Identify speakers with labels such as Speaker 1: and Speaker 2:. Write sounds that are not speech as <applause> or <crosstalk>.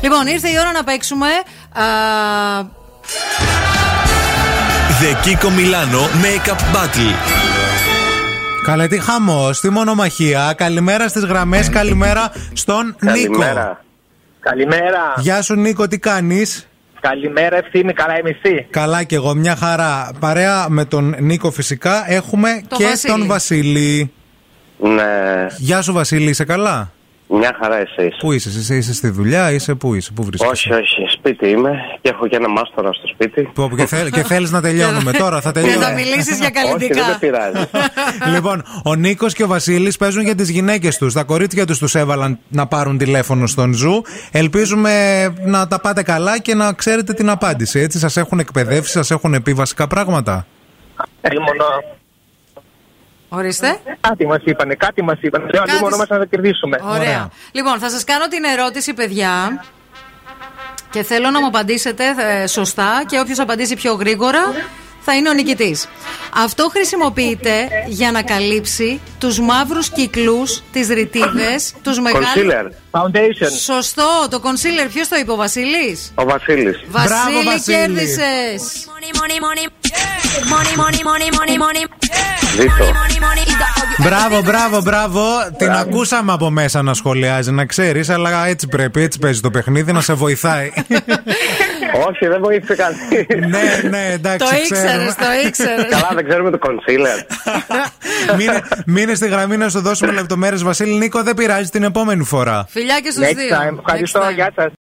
Speaker 1: Λοιπόν, ήρθε η ώρα να παίξουμε. Α,
Speaker 2: The Kiko Milano Makeup Battle.
Speaker 3: Καλέ, τι χαμός, τι μονομαχία. Καλημέρα στις γραμμές, καλημέρα στον Νίκο.
Speaker 4: Ναι. Καλημέρα. Καλημέρα.
Speaker 3: Γεια σου, Νίκο, τι κάνεις.
Speaker 4: Καλημέρα, ευθύνη. Καλά, είμαι εσύ.
Speaker 3: Καλά κι εγώ, μια χαρά. Παρέα με τον Νίκο φυσικά έχουμε
Speaker 1: Το
Speaker 3: και
Speaker 1: Βασίλη.
Speaker 3: τον Βασίλη.
Speaker 5: Ναι,
Speaker 3: Γεια σου, Βασίλη, είσαι καλά.
Speaker 5: μια χαρά εσείς.
Speaker 3: Πού είσαι, είσαι, είσαι στη δουλειά, είσαι πού είσαι, πού βρίσκεσαι.
Speaker 5: Όχι, όχι, σπίτι είμαι και έχω και ένα μάστορα στο σπίτι.
Speaker 3: Πω, πω, Και, θέλ, και θέλεις να τελειώνουμε
Speaker 1: <laughs>
Speaker 3: τώρα, θα
Speaker 1: Και θα
Speaker 3: τελειώνουμε.
Speaker 1: μιλήσεις για
Speaker 5: Όχι, δεν με
Speaker 1: καλλιτικά.
Speaker 3: <laughs>
Speaker 5: πειράζει.
Speaker 3: λοιπόν, ο Νίκος και ο Βασίλης παίζουν για τις γυναίκες τους. Τα κορίτσια τους τους έβαλαν να πάρουν τηλέφωνο στον Ζου. Ελπίζουμε να τα πάτε καλά και να ξέρετε την απάντηση. Έτσι, σας έχουν εκπαιδεύσει, σας έχουν πει βασικά πράγματα.
Speaker 4: Λίμωνο.
Speaker 1: Ορίστε.
Speaker 4: Κάτι μας είπανε, κάτι μας είπανε. Λέω
Speaker 1: Κάτι
Speaker 4: λίμωνο
Speaker 1: σ-
Speaker 4: μας να τα κερδίσουμε.
Speaker 1: Ωραία. Λοιπόν, θα σας κάνω την ερώτηση, παιδιά. Και θέλω να μου απαντήσετε ε, σωστά και όποιος απαντήσει πιο γρήγορα θα είναι ο νικητής. Αυτό χρησιμοποιείται για να καλύψει τους μαύρους κύκλου, τις ρητίδες, τους μεγάλους.
Speaker 5: Κονσίλερ,
Speaker 4: Foundation.
Speaker 1: Σωστό, το κονσίλερ. Ποιος το είπε, ο Βασίλης.
Speaker 5: ο Βασίλης.
Speaker 1: Βασίλη,
Speaker 3: Βασίλη.
Speaker 1: κέρδισες.
Speaker 5: Ζήτω.
Speaker 3: Μπράβο, μπράβο, μπράβο. Την ακούσαμε από μέσα να σχολιάζει, να ξέρεις, αλλά έτσι πρέπει, έτσι παίζει το παιχνίδι, να σε
Speaker 1: <laughs>
Speaker 3: βοηθάει.
Speaker 5: όχι, δεν βοήθησε κανείς.
Speaker 3: ναι, ναι, εντάξει.
Speaker 1: Το ήξερες,
Speaker 3: ξέρουμε.
Speaker 1: το ήξερες.
Speaker 5: Καλά, δεν ξέρουμε το κονσίλερ.
Speaker 3: μείνε, μείνε στη γραμμή να σου δώσουμε λεπτομέρειες, Βασίλη. Νίκο, δεν πειράζει την επόμενη φορά.
Speaker 1: Φιλιά και στους
Speaker 4: Next
Speaker 1: δύο.
Speaker 4: time.
Speaker 1: Next
Speaker 4: Ευχαριστώ.
Speaker 1: time.
Speaker 4: Γεια σας.